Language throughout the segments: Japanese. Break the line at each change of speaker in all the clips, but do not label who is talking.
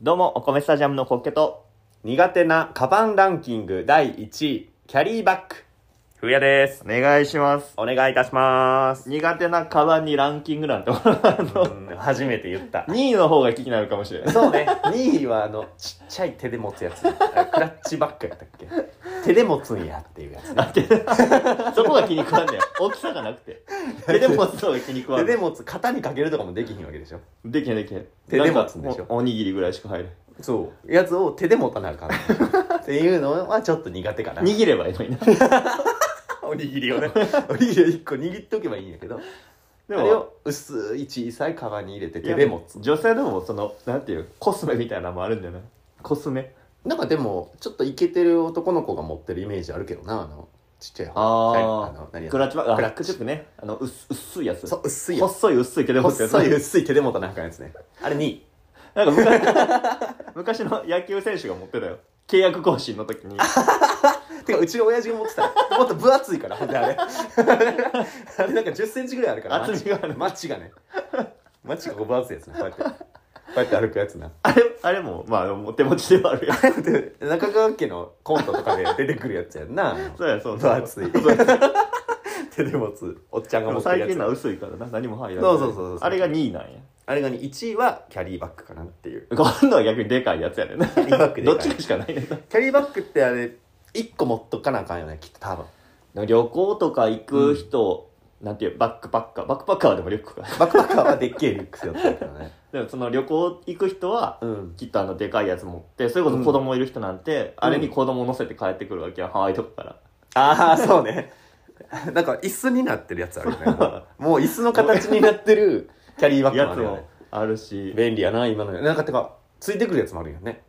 どうも、お米スタジアムのコッケと、
苦手なカバンランキング第1位、キャリーバッグ。
ふうやです。
お願いします。
お願いいたします。
苦手なカバンにランキングなんて、 あの、
初めて言った。
2位の方が気になるかもしれない。
そうね、2位はあの、ちっちゃい手で持つやつ。クラッチバッグやったっけ手で持つんやっていうやつね。
そ こが気に食わんねん。大きさがなくて。 手で持つ方が気に食わ
手
んね
で
ん。
持つ、型にかけるとかもできひんわけでしょ。
できへんできへん。
手で持つんでしょ
なんかおおにぎりぐらいしか入る。
そう。やつを手で持たなあかん。っていうのはちょっと苦手かな。
握ればいいのに な。
おにぎりをね。おにぎりを1個握っとけばいいんやけど。
で
あれを薄い小さいカバンに入れて手で持つ。
女性でもその、なんていう、コスメみたいなのもあるんじゃないコスメ
なんかでも、ちょっとイケてる男の子が持ってるイメージあるけどな、あの、ちっちゃい方
あ
の、何
ー
や
クラッチバッグあ
クラッチ
ちょっとねあの薄薄いやつ
そう、薄いやつ。
細い薄いけど
細い
やつ
薄い手で持たなあかんやつねあれ2位
なんか昔昔の 野球選手が持ってたよ契約更新の時 に
てかうちの親父が持ってたよもっと分厚いからほんであれあれなんか1 0ンチぐらいあるから
厚みがある
マッチがねマッチがこう分厚いやつねこうやってこうやって歩くやつな
あれあれもまあお手持ちではあるよ
で中川家のコントとかで出てくるやつやんな
そうやそう
分
そう
厚い
そうで
手で持つおっちゃんが持
も
ってる
最
やつ
近のは薄いからな何も入らない
そうそうそうそう
あれが2位なんや
あれがね1位はキャリーバッグかなっていう
今度は逆にでかいやつやねんな
リーバッグでか
ど
い
っちかしかないねんな
キャリーバッグってあれ1個持っとかなあかんよねきっと多分
でも旅行とか行く人、なんていうバックパッカーバックパッカーはでもリュックか
バックパッカーはでっけえリュックスやったけどね
でもその旅行行く人は
うん
きっとあのでかいやつ持ってそれこそ子供いる人なんて、あれに子供乗せて帰ってくるわけや、ハワイとかから
ああそうねなんか椅子になってるやつあるよね もう椅子の形になってるキャリーバッグも
や
あ
つ
るよね
もあるし
便利やな今のなんかてかついてくるやつもあるよね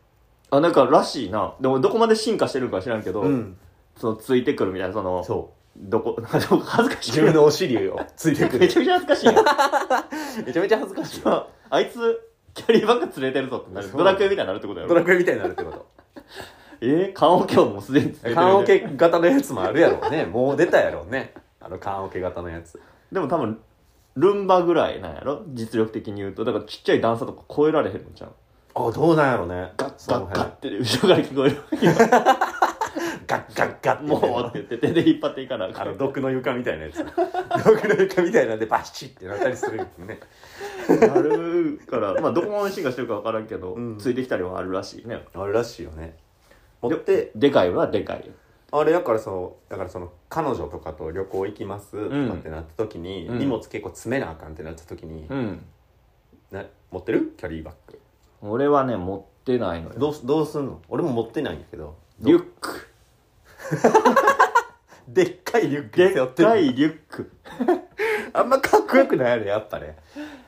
あなんからしいなでもどこまで進化してるか知らんけど、
うん
そのついてくるみたいなその
そう
どこ 恥ずかしい
自分のお尻をついてく
め
る
ちゃめちゃ恥ずかしいやん
めちゃめちゃ恥ずかしい
ああいつキャリーバッグ連れてるぞってなる
そう
ドラクエみたいになるってことや
ド
ろ
ラクエみたいになるってこと
えー、缶オケをもうすでに連れてる
缶オケ型のやつもあるやろうね もう出たやろうねあの缶オケ型のやつ
でも多分ルンバぐらいなんやろ実力的に言うとだからちっちゃい段差とか超えられへんのじゃん
あどうなんやろうね
ガッ
その
ガッ
辺
ガッって後ろから聞こえる わけよ
ガッガッガッ
もうって言って手で引っ張っていかなあか
あ
ん
の毒の床みたいなやつ 毒の床みたいなんでバシッってなったりするんですね
なるからまあどこまで進化してるか分からんけど、
うん
ついてきたりはあるらしいね
あれらしいよね持って
でかいはでかいよ
あれだからそのだからその彼女とかと旅行行きますとかってなった時に、
うん
荷物結構詰めなあかんってなった時に、
うん
な持ってるキャリーバッグ
俺はね持ってないのよ
どうすどうすんの俺も持ってないんやけど
リュック
でっかいリュック
で
背負
ってか
る
いリュック
あんまかっこよくないよねやっぱね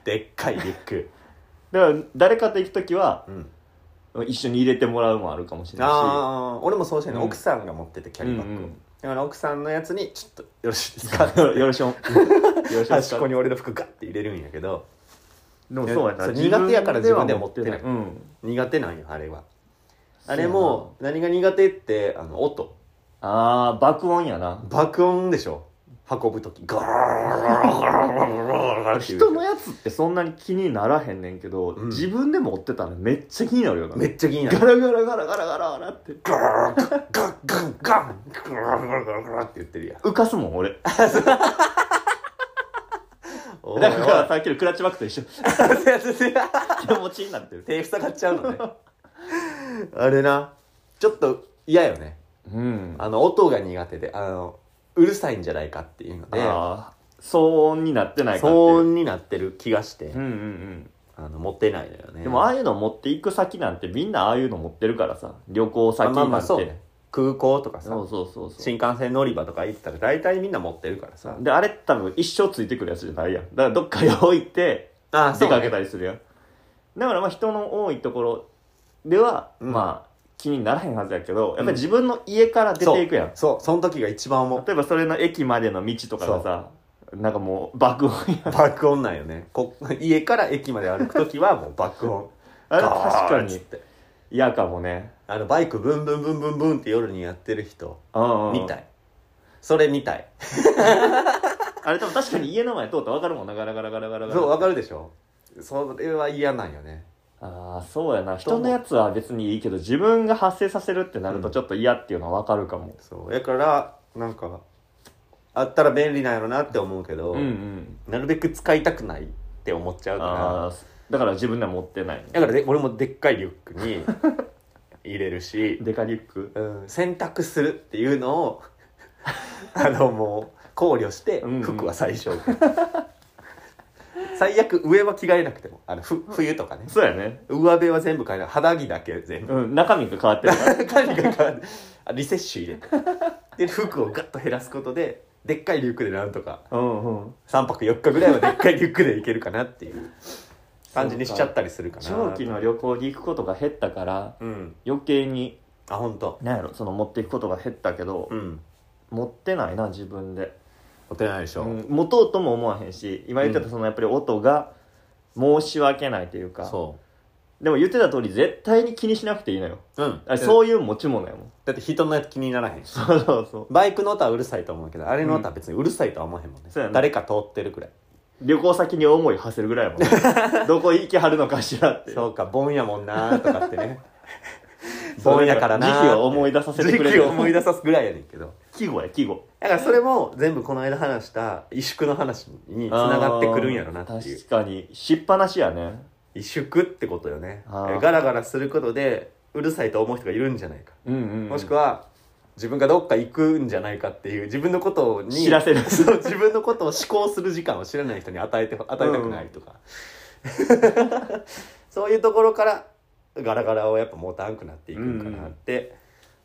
でっかいリュック
だから誰かと行く時は
うん
一緒に入れてもらうもあるかもしれないし
ああ俺もそうしたいの、
うん
奥さんが持っててキャリーバッグを、
うんうん
だから奥さんのやつにちょっ とよろしいですか
よろしおよろしお
端っこに俺の服ガッて入れるんやけど
でもそうやな
そう苦手やから自分では持ってない
うん
苦手なんよあれは
そうや
あ
な
れも何が苦手ってあの音
ああ爆音やな
爆音でしょ運ぶ 時ガラガラガラガラガラガラっていう
人のやつってそんなに気にならへんねんけど、
うん
自分で持ってたらめっちゃ気になるよな
めっちゃ気にな
ガ
る
ラガラガラガラガラガラって
ガラガラガラガラガラガラガラガラって言ってるやん
浮かすもん俺
おい おい
だからさっきのクラッチバックと一緒 気持ちになってる
手塞がっちゃうのね あれなちょっと嫌よね
うん
あの音が苦手であのうるさいんじゃないかっていうので
あー騒音になってないかってい
騒
う
音になってる気がして、
うんうんうん
あの持ってないのよね
でもああいうの持っていく先なんてみんなああいうの持ってるからさ旅行先なんて、
まあまあそうね空港とかさ
そうそうそうそう
新幹線乗り場とか行ってたら大体みんな持ってるからさ
であれ多分一生ついてくるやつじゃないやんだからどっかに置いて
ああ
出かけ
ね
たりするやん、だからまあ人の多いところでは、
うん
まあ気にならへんはずやけどやっぱり自分の家から出ていくやん、
そうそうその時が一 番も
例えばそれの駅までの道とかがさなんかもう爆音やん
う爆音なんよねこ家から駅まで歩く時はもう爆音
あれ
ガー
確か
ッつっ
に
て
嫌かもね
あのバイクブンブンブンブンブンって夜にやってる人
うんうん
みたいそれみたい
あれ多分確かに家の前通ったら分かるもんなガラガラガラガラガラ
そうわかるでしょそれは嫌なんよね
ああそうやな人のやつは別にいいけど自分が発生させるってなるとちょっと嫌っていうのは分かるかも、
そうやからなんかあったら便利なんやろなって思うけど、
うん、うん
なるべく使いたくないって思っちゃう
あ
か
あだから自分では持ってないね
らだからで俺もでっかいリュックに入れるし、
デカリュック
うん、洗濯するっていう のをあのもう考慮して
うんうん
服は最小限最悪上は着替えなくてもあのふ冬とかね
そうやね
上辺は全部変えない肌着だ け全部
うん中身が変わってるから
何が変わるあリセッシュ入れてで服をガッと減らすことででっかいリュックでなんとか
うんうん
3泊4日ぐらいはでっかいリュックでいけるかなっていう感じにしちゃったりするかな
長期の旅行に行くことが減ったから
うん
余計に
あ本当。
なんやろその持っていくことが減ったけど、
うん
持ってないな自分で、
おてないでしょ、
うん持とうとも思わへんし今言ってたそのやっぱり音が申し訳ないというか、
そ
でも言ってた通り絶対に気にしなくていいのよ
ううん
あれ
そう
そういう持ち物やもん
だって人のやつ気にならへんし
そうそうそう
バイクの音はうるさいと思うけどあれの音は別にうるさいとは思わへんもんね、
そうやな
誰か通ってるくらい
旅行先に思い馳せるぐらいやもん ねどこ行きはるのかしらって
そうか盆やもんなーとかって ね盆やからなーって
時期を思い出させてくれ
時期
る
を思い出さすぐらいやねんけど
季語や季語
だからそれも全部この間話した萎縮の話につながってくるんやろなっていう
確かにしっぱなしやね
萎縮ってことよね
あー
ガラガラすることでうるさいと思う人がいるんじゃないか、
うんうん、
もしく
は
は自分がどっか行くんじゃないかっていう自分のことに
知らせる
そう自分のことを思考する時間を知らない人に与えて与えたくないとか、 そういうところからガラガラをやっぱ持たんくなっていくんかなって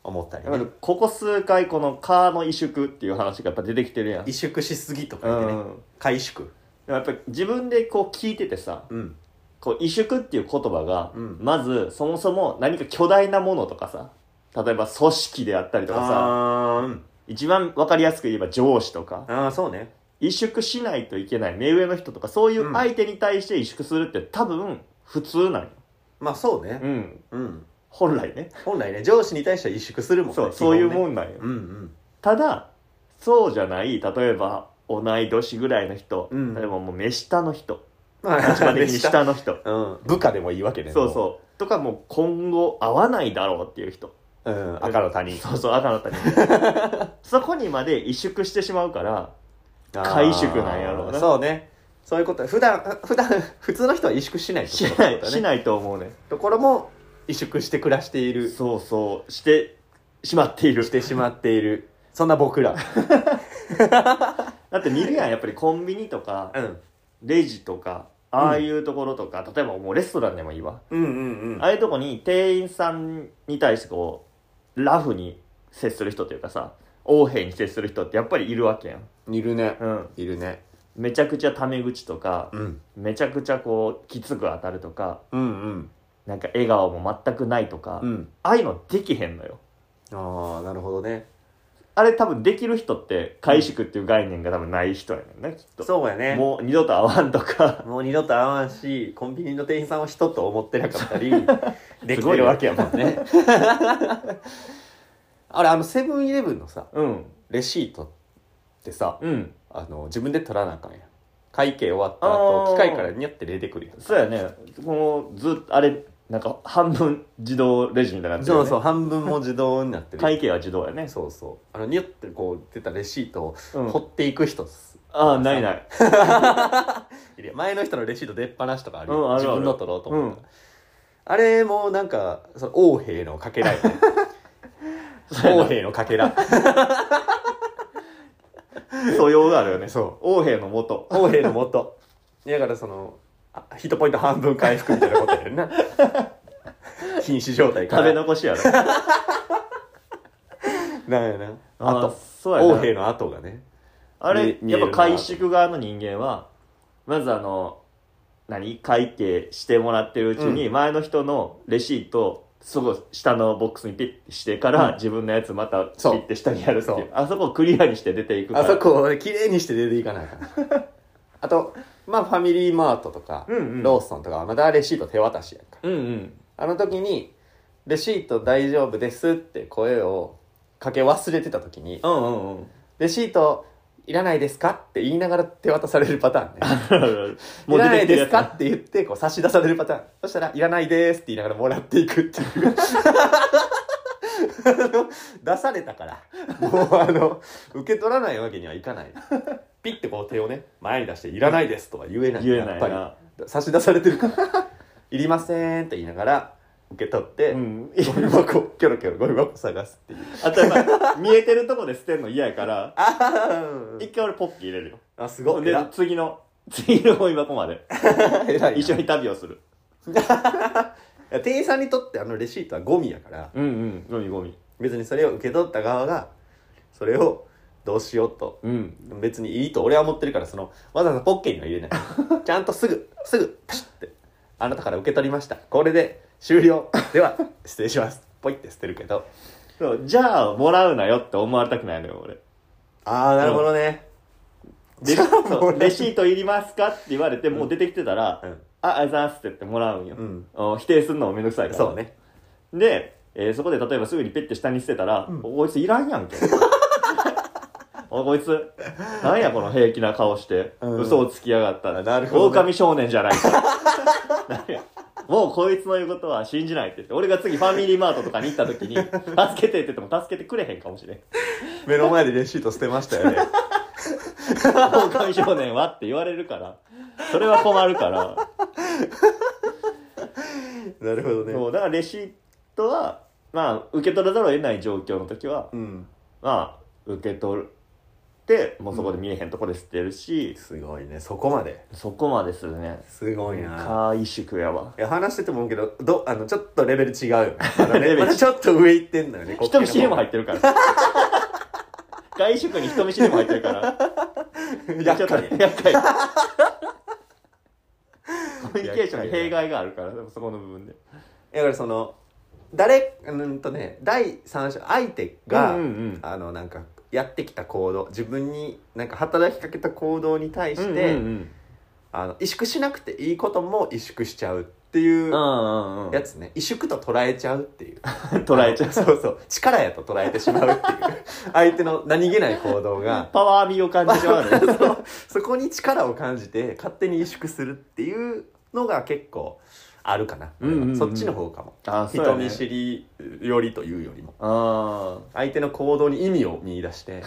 思ったりね、
ここ数回この「蚊の萎縮」っていう話がやっぱ出てきてるやん
萎縮しすぎとか言ってね、
うん
回縮
でもやっぱり自分でこう聞いててさ
うん
こう萎縮っていう言葉が、
うん
まずそもそも何か巨大なものとかさ例えば組織であったりとかさ
あーうん
一番分かりやすく言えば上司とか
ああそうね
萎縮しないといけない目上の人とかそういう
うん
相手に対して萎縮するって多分普通なんよ、
まあそうね
うん
うん
本来ね
本来ね上司に対しては萎縮するもんね
そうそういう
も
もんなんよ、
うんうん
ただそうじゃない例えば同い年ぐらいの人、
うん
例えばもう目下の人
まあ
立 場的に下の人
うん部下でもいいわけね
そうそうとかもう今後会わないだろうっていう人
ううん赤の他人
そうそう赤の 他人そこにまで萎縮してしまうから回縮なんやろうな
あーそうねそういうこと普段普段普通の人は萎縮しない
しない、し
い
ないと思うね
ところも萎縮して暮らしている
そうそうしてしまっている
してしまっているそんな僕ら
だって見るやんやっぱりコンビニとか
うん
レジとかああいうところとか、例えばもうレストランでもいいわ、
うんうんうん
ああいうとこに店員さんに対してこうラフに接する人というかさ横柄に接する人ってやっぱりいるわけやん、
いるね
うん、
いるね
めちゃくちゃタメ口とか、
うん
めちゃくちゃこうきつく当たるとか
うんうん
なんか笑顔も全くないとか、
うん
ああいうのできへんのよ
ああなるほどね
あれ多分できる人って回縮っていう概念が多分ない人やねんなきっと、
そうやね
もう二度と会わんとか
もう二度と会わんしコンビニの店員さんは人と思ってなか ったりできてるわけやもんね あれあのセブンイレブンのさ
うん
レシートってさ
うん
あの自分で取らなあかんやん会計終わった
あー
後機械からニャって出てくるやん
そうやねこのずっとあれなんか半分自動レジみたいになってる
そ
よ、
う
ね、
そう半分も自動になってる
会計は自動やね
そうそうあのニャってこう出たレシート
う
を
ん
掘っていく人っす
ああない ない
いるやん前の人のレシート出っ放しとかあるやん
うんあるある
自分の取ろうと思ったら、
う
あれもなんかその横兵のかけらやね 横兵のかけら
素養があるよね
そ
王兵の元
公平のもとだからそのあヒットポイント半分回復みたいなことや んな瀕死状態か
食べ
ら
残しやろ
なんやな
あ
あ
と
と
そうや
王
な
兵の後がね
あれ
見
やっぱ
見えるな
会宿側の人間はまずあの何会計してもらってるうちに前の人のレシートをすぐ下のボックスにピッてしてから、
うん
自分のやつまたピ
そう
ッて下にやるってい
そう
うあそこをクリアにして出ていくから
あそこをきれいにして出ていかないから あとまあファミリーマートとか、
うんうん
ローソンとかはまだレシート手渡しやんか
うんうん
あの時に「レシート大丈夫です」って声をかけ忘れてた時に
うんうんうん
レシートいらないですかって言いながら手渡されるパターンね。
も
いうらな
出て
い
きてる
で
や
す
つ
か
な
って言って、こう差し出されるパターン。そしたら、いらないですって言いながらもらっていくっていう。 あの出されたから、もうあの、受け取らないわけにはいかない。ピッてこう手をね、前に出して、いらないですとは言えない。
言えない
やっ
な
ぱり。差し出されてるから。いりませんって言いながら、受け取って、
うん
ゴミ箱、キョロキョロゴミ箱探すっていう。
あとやっぱ見えてるとこで捨てるの嫌やから
あ
一回俺ポッキー入れるよ
あ、すごい。
で
偉
次の次のゴミ箱まで
い偉いな
一緒に旅をする
いや店員さんにとってあのレシートはゴミやから
うんうんゴミゴミ
別にそれを受け取った側がそれをどうしようと
うん
別にいいと俺は思ってるからそのわざわざポッケには入れ ないちゃんとすぐすぐパシッてあなたから受け取りましたこれで終了では失礼しますポイって捨てるけど
そうじゃあもらうなよって思われたくないのよ俺
ああなるほどね、
レ
じゃあもらう
そうレシートいりますかって言われてもう出てきてたら「
うん
あありがとうございます」って言ってもらうんよ、
うん
お否定するのもめんどくさいから
そうね
で、えーそこで例えばすぐにペッて下に捨てたら、おこいついらんやん け。おこいつ、なんやこの平気な顔して、
うん
嘘をつきやがったら、
なるほどね
狼少年じゃないか。なんやもうこいつの言うことは信じないって言って、俺が次ファミリーマートとかに行った時 に、助けてって言っても助けてくれへんかもしれん。
目の前でレシート捨てましたよね
狼少年はって言われるから、それは困るから、
なるほど
そうだからレシートは、まあ、受け取らざるを得ない状況の時は、
うん
まあ、受け取って、もうそこで見えへんとこで捨てるし、
すごいねそこまで
そこまでするね。
すごいな
回宿やわ。
いや話してても思うけどどあのちょっとレベル違うよねまだ
レベ
ね
ル
まだちょっと上行ってんのよね
人見知りも入
っ
ってるから。外食に人見知りも入ってるから。
てるやっぱり
ちょっと厄介。コミュニケーションに弊害があるから、そこの部分で。
だからその誰うんとね第三者相手が、
うんうんうん
あのなんかやってきた行動自分になんか働きかけた行動に対して、
うんうん
あの萎縮しなくていいことも萎縮しちゃうっていう
うん。うう
うん
んうん。
やつね、萎縮と捉えちゃうっていう
捉えちゃう。
そうそう力やと捉えてしまうっていう相手の何気ない行動が
パワー味を感じてはある。
そうそこに力を感じて勝手に萎縮するっていうのが結構あるかな、
うんうんうん
そっちの方かも
あ、そうや
人
ね
見知りよりというよりも
あ
相手の行動に意味を見出して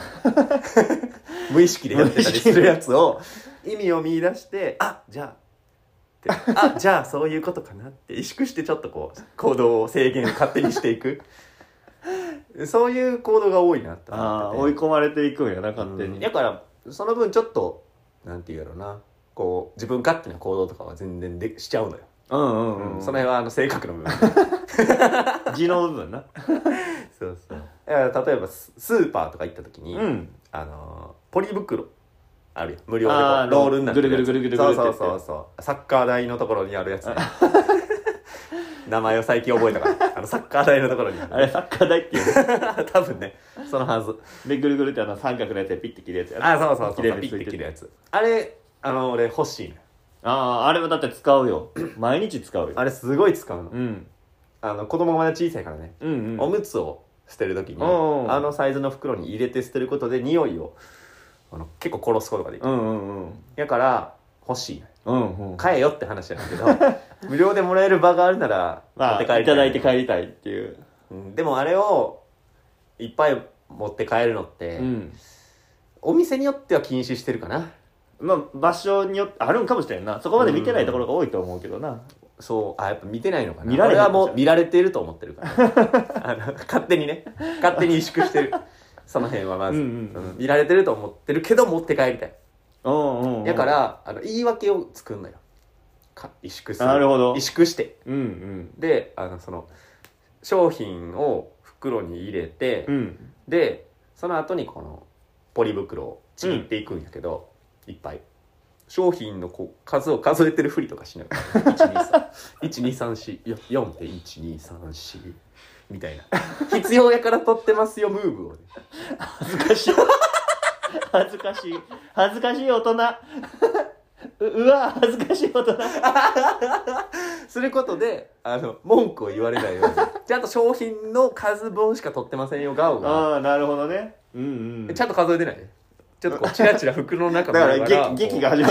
無意識でやってたりするやつを意味を見出してあじゃあってあじゃあそういうことかなって萎縮してちょっとこう行動を制限を勝手にしていくそういう行動が多いなって
あ。
思ってて
ああ、追い込まれていくんやな、勝手
うん
に。
だからその分ちょっとなんて言うやろなこう自分勝手な行動とかは全然でしちゃうのよ、
うんう
うん
んうん。
その辺はあの性格の部分
地の部分な。
そうそうだから例えばススーパーとか行った時に、
うん。
あのーポリ袋あるよ無料でこ
あ
う
ー
ロールになってやつ
ぐるぐるぐるぐるぐるって
そ
や
う
つ
そうそうそうサッカー台のところにあるやつ ね名前を最近覚えたからあのサッカー台のところにある
あれ、サッカー台っていうの。
多分ねそのはず
でぐるぐるってあの三角のやつでピッて切るやつや
あそうそうそう
切れる
ピッ
ついて
て切る
る
やつあれあの俺欲しいのよ
あああれはだって使うよ毎日使うよ
あれすごい使うの
うん
あの子供がまだ小さいからね、
うんうん
おむつを捨てるときに
おうおう
あのサイズの袋に入れて捨てることで匂いをあの結構殺すことができる、
うんうんうん
だから欲しい
うんうん
買えよって話なんだけ ど無料でもらえる場があるなら
まあ
持って帰り
いただいて帰りたいっていう
うんでもあれをいっぱい持って帰るのって、
うん
お店によっては禁止してるかな
まあ場所によってあるんかもしれんなそこまで見てないところが多いと思うけどな
そうあやっぱ見てないのかな
見られ
俺
へん
はもう見られてると思ってるから あの勝手にね勝手に萎縮してるその辺はまず、
うんうんうん
見られてると思ってるけど持って帰りたい
うんうんうん
だからあの言い訳を作んなよか萎縮する
なるほど
萎縮して
うんうん
であのその商品を袋に入れて、
うん
でその後にこのポリ袋をちぎっていくんやけど、いっぱい商品のこう数を数えてるふりとかしながら1234みたい な必要やから取ってますよムーブをね
恥ずかしい恥ずかしい恥ずかしい大人ううわ恥ずかしい大人
することであの文句を言われないようにちゃんと商品の数分しか取ってませんよガオが
ああなるほどねうんうん
ちゃんと数えてないちょっ とこうチラチラ服の中
だ
見
か
な
ら劇劇が始ま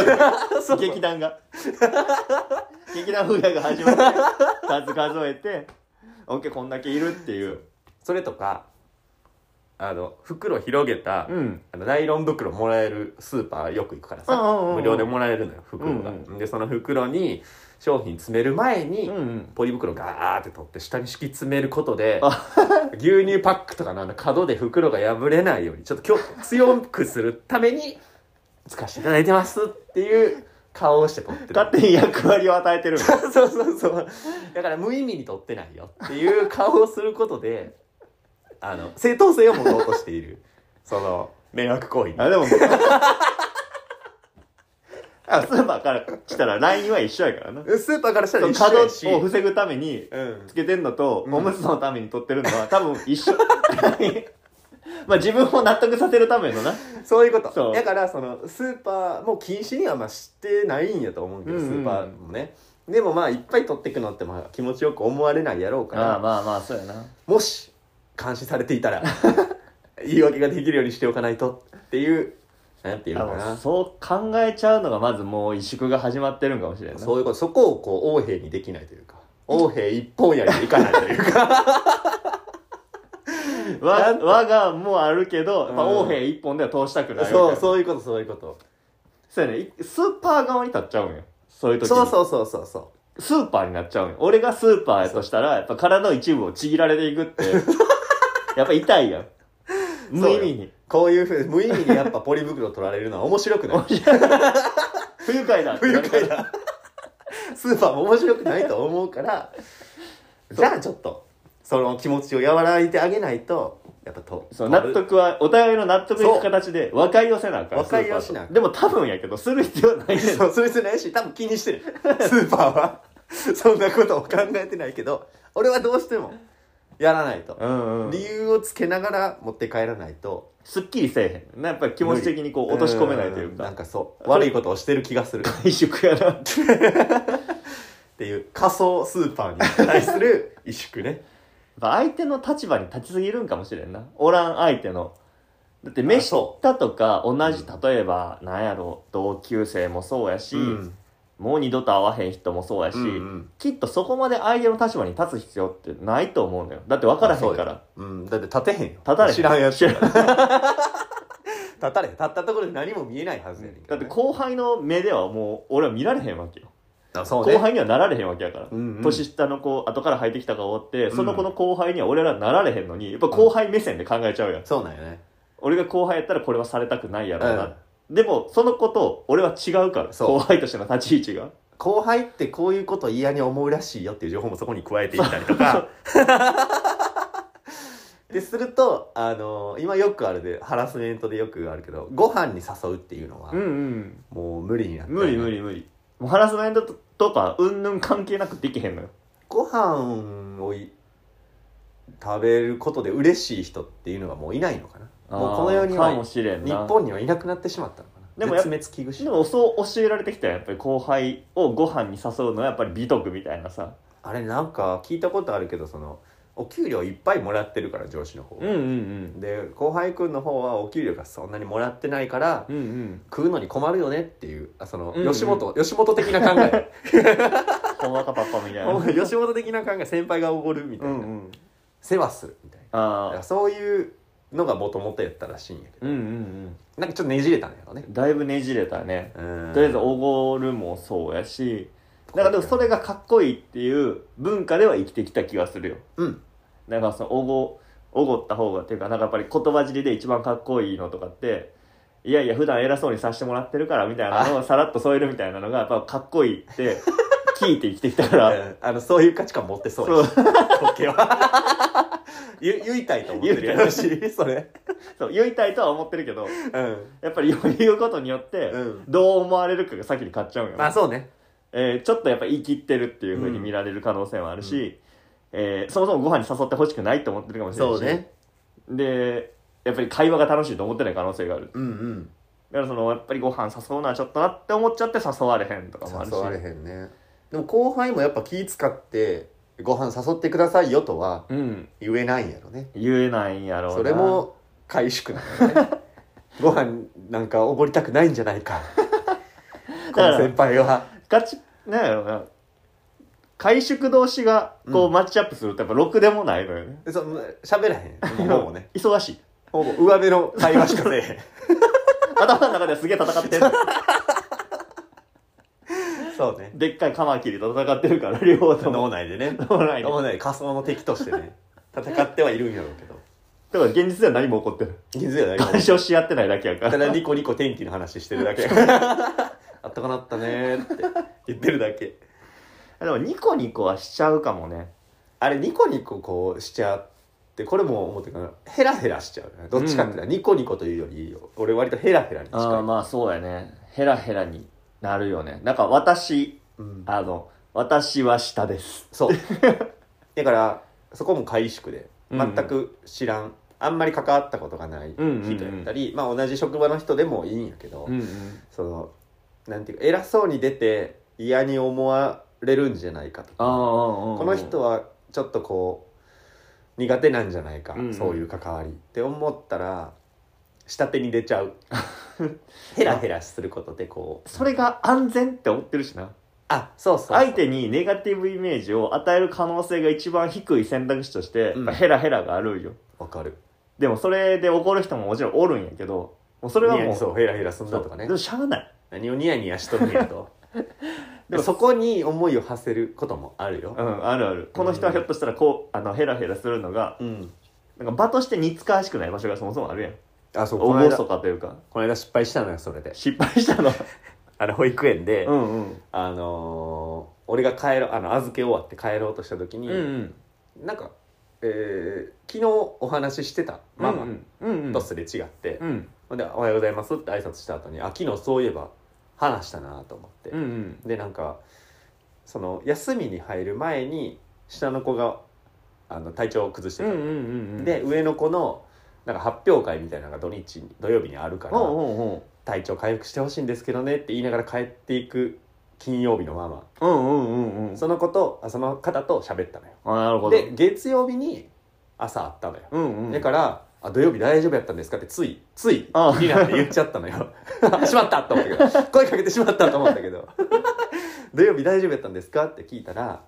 そ
る
う
劇団が 劇団風雅が始まって数数えてオッケーこんだけいるっていう
それとかあの袋広げた、
うん
あのナイロン袋もらえるスーパーよく行くから
うんうんうん
さ
うん
無料でもらえるのよ袋が、
うんう
でその袋に商品詰める前に、
うんうん
ポリ袋ガーって取って下に敷き詰めることで牛乳パックとかのあの角で袋が破れないようにちょっと強強くするために使わせていただいてますっていう顔をして取ってる
勝手に役割を与えてる
そうそうそうだから無意味に取ってないよっていう顔をすることであの正当性を持とうとしているその迷惑行為に
あでも あスーパーからしたら LINE は一緒やからな
スーパーからした
そ
ら
の
一緒
角
やし
を防ぐために
うん
つけてんのと、
うん
おむつのために取ってるのは多分一緒 まあ自分を納得させるためのな
そういうこ
そ
と
う
だからそのスーパーもう禁止にはまあしてないんやと思うけど、
うんうん
スーパーもねでもまあいっぱい取っていくのってまあ気持ちよく思われないやろうから
ああまあまあそうやな
もし監視されていたら 言い訳ができるようにしておかないとっていうなんていうのか
あの
な
そう考えちゃうのがまずもう萎縮が始まってるんかもしれんない
そういうことそこをこう横兵にできないというか横兵一本やりでいかないという か
わ我がもあるけど、やっぱ
うん
王兵一本では通したくないみたい
そう
な
そういうことそういうこと
そうやねいスーパー側に立っちゃうんよそういう時に
そうそうそうそうそう
スーパーになっちゃうんよ俺がスーパーやとしたらやっぱ体の一部をちぎられていくって やっぱ痛いやん無意味に
こういうふうに無意味にやっぱポリ袋取られるのは面白くない
不愉快だ
不愉快な スーパーも面白くないと思うからじゃあちょっとその気持ちを和らいであげないとやっぱと
そう納得はお互いの納得いく形で和解をせなあかん
和解をしなあか
スーパーと
ん
でも多分やけどする必要ないねん
そうそれすないし多分気にし てるスーパーはそんなことを考えてないけど俺はどうしてもやらないと、
うんうん
理由をつけながら持って帰らないと
すっきりせえへんなやっぱり気持ち的にこう落とし込めないというん
なん
か
かそう悪いことをしてる気がする
萎縮やな
っていう仮想スーパーに対する萎縮ね
まあ相手の立場に立ちすぎるんかもしれんなおらん相手のだって目
あそ
下とか同じ例えばなんやろ同級生もそうやし、
うん
もう二度と会わへん人もそうやし、
うんうん
きっとそこまで相手の立場に立つ必要ってないと思うのよだって分からへんから
うん、だって立てへんよ
立たれへん
知らんやつ
知らん
立たれへん立ったところで何も見えないはずやねん け
だ
ど
っ
ね、
て後輩の目ではもう俺は見られへんわけよ、
あそうね
後輩にはなられへんわけやから、
うんうん
年下の子後から入ってきた子おってその子
うん
の後輩には俺らなられへんのにやっぱ後輩目線で考えちゃうやん、
そうなんよね
俺が後輩やったらこれはされたくないやろうな、でもその子と俺は違うから
そ
後
う
輩としての立ち位置が
後輩ってこういうことを嫌に思うらしいよっていう情報もそこに加えていったり とかでするとあの今よくあるでハラスメントでよくあるけどご飯に誘うっていうのは
うんうん
もう無理になって、
無理無理無理もうハラスメントとかうんぬん関係なくできへんのよ
ご飯をい食べることで嬉しい人っていうのがもういないのかなもうこの世に
あーかも
は
しれん
日
な
本にはいなくなってしまったのかな
でもやっ
絶滅危惧種
でもそう教えられてきたよやっぱり後輩をご飯に誘うのはやっぱり美徳みたいなさ
あれなんか聞いたことあるけどそのお給料いっぱいもらってるから上司の方が
うんうん
で後輩君の方はお給料がそんなにもらってないから
うんうんうん
食うのに困るよねっていうあその
うんうん
吉本、吉本的な考え
ほんわかパパみ たいなうん
吉本的な考え先輩がおごるみたいな、
うん
世話するみたいなだから
ああ
そういうのがもともとやったらしいんやけど、
うんうん
なんかちょっとねじれたんやろね
うんだいぶねじれたね
うん
とりあえずおごるもそうやしなんかでもそれがかっこいいっていう文化では生きてきた気がするよ
うん
なんかそのおごおごった方がっていうかなんかやっぱり言葉尻で一番かっこいいのとかっていやいや普段偉そうにさせてもらってるからみたいな のをさらっと添えるみたいなのがやっぱかっこいいって聞いて生きてきたから
うんあのそういう価値観持って そうやし OK は 言言いたいと思ってるやろしそれ
そう言いたいとは思ってるけど
うん
やっぱり言うことによって
うん
どう思われるかが先に買っちゃうんよね、
まあそうね
えーちょっとやっぱ言い切ってるっていうふうに見られる可能性もあるし、えーそもそもご飯に誘ってほしくないと思ってるかもしれないし
そうね
でやっぱり会話が楽しいと思ってない可能性がある
うんうん
だからそのやっぱりご飯誘うのはちょっとなって思っちゃって誘われへんとかもあるし
誘われへんねでも後輩もやっぱ気使ってご飯誘ってくださいよとは
うん
言えないんやろね
言えないんやろうな
それも回縮なのよね ご飯なんかおごりたくないんじゃない かこ
から
の先輩は
勝ちなんやろうな会食同士がこ
う
うマッチアップするとやっぱろくでもないのよね、
そ喋らへんもうほぼね
忙しい
ほぼ上辺の会話しかせえ
頭の中ではすげえ戦ってる
へん そうね
でっかいカマキリと戦ってるから両方 と
脳
も
内でね
脳内で
脳内で仮想の敵としてね戦ってはいるんやろうけど
だから現実では何も起こってない
人数やな い
干渉し合ってないだけやか
た
ら
だニコニコ天気の話してるだけやから あったかなったねーって言ってるだけ
でもニコニコはしちゃうかもね
あれニコニコこうしちゃってこれも思ってたかなヘラヘラしちゃうよねどっちかっていうとニコニコというより俺割とヘラヘラに近い
ああまあそうやねヘラヘラになるよねなんか私
うん
あの私は下です
そう だからそこも回宿で
うんうん
全く知らん、あんまり関わったことがない人やったり、まあ、同じ職場の人でもいいんやけど、
ん
そのなんていうか偉そうに出て嫌に思われるんじゃないかと
ああ
かこ
こ
の人
は
はちょっとこう苦手なんじゃないか、
うんうん
そういう関わりって思ったら下手に出 ちゃうヘラヘラすることでこう
それが安全って思ってるしな
あそうそうそう
相手にネガティブイメージを与える可能性が一番低い選択肢としてやっぱヘラヘラがあるんよ、
わかる
でもそれで怒る人ももちろんおるんやけどもうそ
そ
れ
れ
は
はも
も
う
う
そうヘラヘラすん
そ
だ
う
とかね
でもしゃあない
何をニヤニヤしとるんやと
で
で
も
もそこに思いを馳せることもある
う
よ、
んあるあるこの人はひょっとしたらこうあのヘラヘラするのが
うん、
なんか場として似つかわしくない場所がそもそもあるやん
あそうこの
厳
間
かというか
この間失敗したのよそれで
失敗したの
あの保育園で、
んうん
あのー俺が帰ろうあの預け終わって帰ろうとした時に、
うん
なんか、えー昨日お話ししてたママ
うんうん
とすれ違って、
うん
ほんで「おはようございます」って挨拶した後にあ昨日そういえば話したなと思って、
うんうん
でなんかその休みに入る前に下の子があの体調を崩して
う
た
ん
の、
うんうん
で上の子のなんか発表会みたいなのが土日に土曜日にあるから
おうおう
体調回復してほしいんですけどねって言いながら帰っていく金曜日のママ、
おううんうんうんうん
その子とあその方と喋ったのよ
あなるほど
で月曜日に朝あったのよ、
うんうん
だからあ土曜日大丈夫やったんですかってついつい
あ
気になって言っちゃったの よしまったと思ったけど声かけてしまったと思ったけど 土曜日大丈夫やったんですかって聞いたら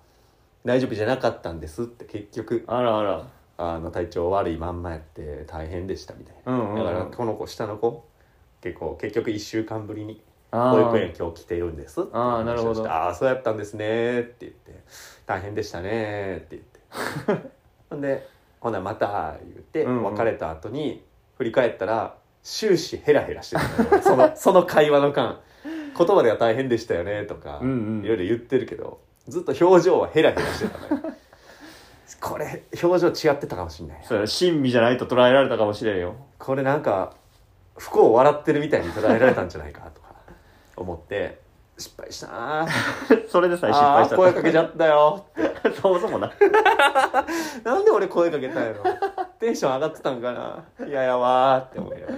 大丈夫じゃなかったんですって結局
あらあら
あの体調悪いまんまやって大変でしたみたいな
うんうん
だからこの子下の子結構結局1週間ぶりに
あ
保
ー
育園今日来てるんですって
あー
話をして
なるほど
ああそうやったんですねーって言って大変でしたねーって言って ほんでほなまた言って
うんうん
別れた後に振り返ったら終始ヘラヘラしてたのよ そのその会話の間言葉では大変でしたよねとか、
うんうん
いろいろ言ってるけどずっと表情はヘラヘラしてたの よこれ表情違ってたかもしれないな
そうや親身じゃないと捉えられたかもしれんよ
これなんか不幸を笑ってるみたいに捉えられたんじゃないかとか思って失敗したなー
それでさえ失
あ
敗
あ
し
ー
た
声かけちゃったよ
そもそもな
なんで俺声かけたんやろテンション上がってたんかないややわーって思いながら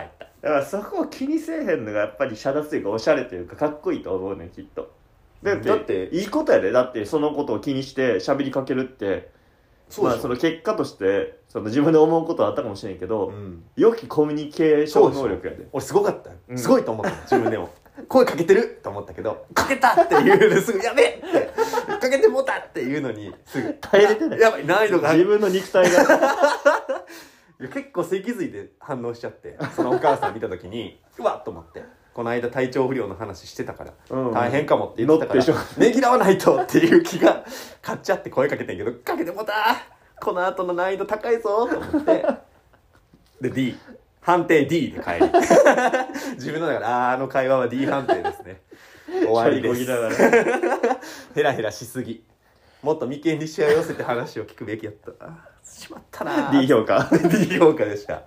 帰った
だからそこを気にせえへんのがやっぱりシャダというかおしゃれというかかっこいいと思うねんきっとだって
だって
いいことやでだってそのことを気にして喋りかけるってまあ、その結果としてその自分で思うことはあったかもしれんけど、
うん、
良きコミュニケーション能力やで
俺すごかったよ、
うん
すごいと思った自分でも 声かけてると思ったけどかけたっていうのすぐやべえってかけてもうたっていうのにすぐ
耐えれてない
やばい難易度が上が
自分の肉体が
いや結構脊髄で反応しちゃってそのお母さん見た時に うわっと思ってこの間体調不良の話してたから、
うん
大変かもって言ってたから
乗っ
ねぎらわないとっていう気が買っちゃって声かけてんけどかけてもうたこの後の難易度高いぞと思ってで D 判定 D で帰り 自分の中であーあの会話は D 判定です ね 終わりで
シ
す
ャリこぎながら
ヘラヘラしすぎもっと眉間にしわ寄せて話を聞くべきやったあーしまったな
D 評価
D 評価でした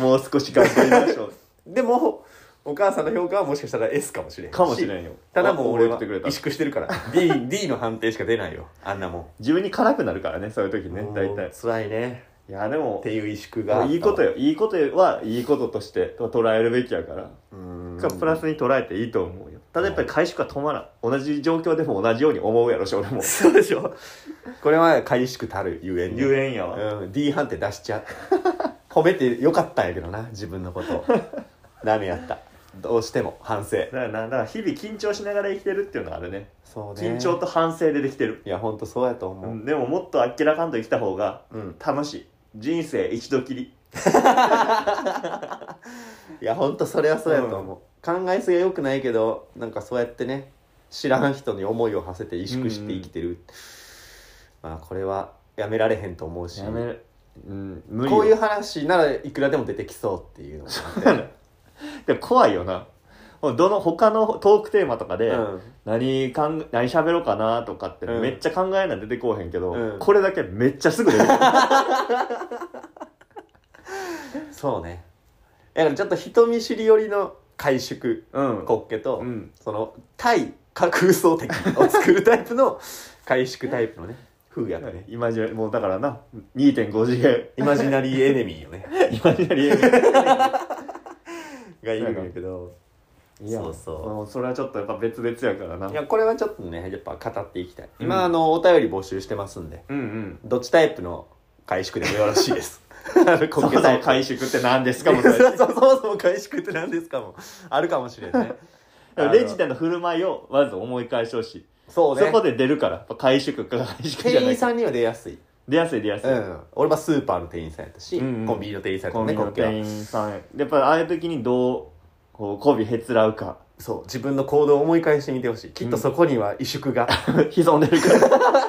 もう少し頑張りましょう
でもお母さんの評価はもしかしたら S かもしれん
かもしれんよ
ただもう俺
覚
は
えてくれた
萎縮してるから D, D の判定しか出ないよあんなも
自分に辛くなるからねそういう時
ん
ね大体
つらいね
いやでも
っていう萎縮が
いいことよいいことはいいこととして捉えるべきやから
うーん
プラスに捉えていいと思うよただやっぱり会食は止まらん同じ状況でも同じように思うやろし俺も
そうでしょこれは回しくたるゆえんね
ゆえんやわ
うん、D 判定出しちゃう褒めてよかったんやけどな自分のことダメやったどうしても反省
だからなだから日々緊張しながら生きてるっていうのがあるね
そうね
緊張と反省でできてる、
いやほんとそうやと思う
でももっとあっけらかんと生きた方が
うん
楽しい人生一度きり
いやほんとそれはそうやと思う、考えすぎはよくないけどなんかそうやってね知らん人に思いを馳せて萎縮して生きてる、まあこれはやめられへんと思うし
るうん無理よ
こういう話ならいくらでも出てきそうっていうのもあって
でも怖いよなどの他のトークテーマとかで、 何かん何喋ろうかなとかって
うん
めっちゃ考えない出てこうへんけど、
うん
これだけめっちゃすぐ出てく る
うんそうねだからちょっと人見知り寄りの回縮
うん
滑稽と、
うん
その対空想的を作るタイプの回縮タイプの ね風やがね
イマジナもうだからな2.5次 元
イマジナリーエネミーよね
イマジナリー
がいるんだけど
いや
そうそう
もうそれはちょっとやっぱ別々やからない
やこれはちょっとねやっぱ語っていきたい、
うん
今あのお便り募集してますんで
うんうん
どっちタイプの回縮でもよろしいです あの
そもそ
滑稽
も
タイプ
回収って何ですかも
そ
そう
そうそもそも回縮って何ですかもあるかもしれんねあの
レジでの振る舞いをまず思い返してほしい
そう
そ
ね
こで出るからやっぱ回収か回収じゃな
店員
いか
さんには出やすい、
出やすい出やす
う
い、
ん、俺はスーパーの店員さんやったし、
うんうん
コンビニの店員さんや
コ
っ
ン
た
ビ
ね
ニの
滑稽は
店員さんやっぱああいう時にどうこう媚びへつらうか
そう自分の行動を思い返してみてほしいきっとそこには萎縮が、
潜んでるから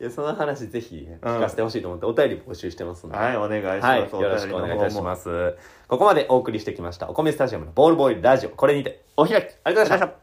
いやその話ぜひね
うん
聞かせてほしいと思ってお便り募集してますので、
はいお願いします、
はいよろしくお願いいたし
す
ますここまでお送りしてきましたお米スタジアムのボールボーイラジオこれにて
お開きありがとうございました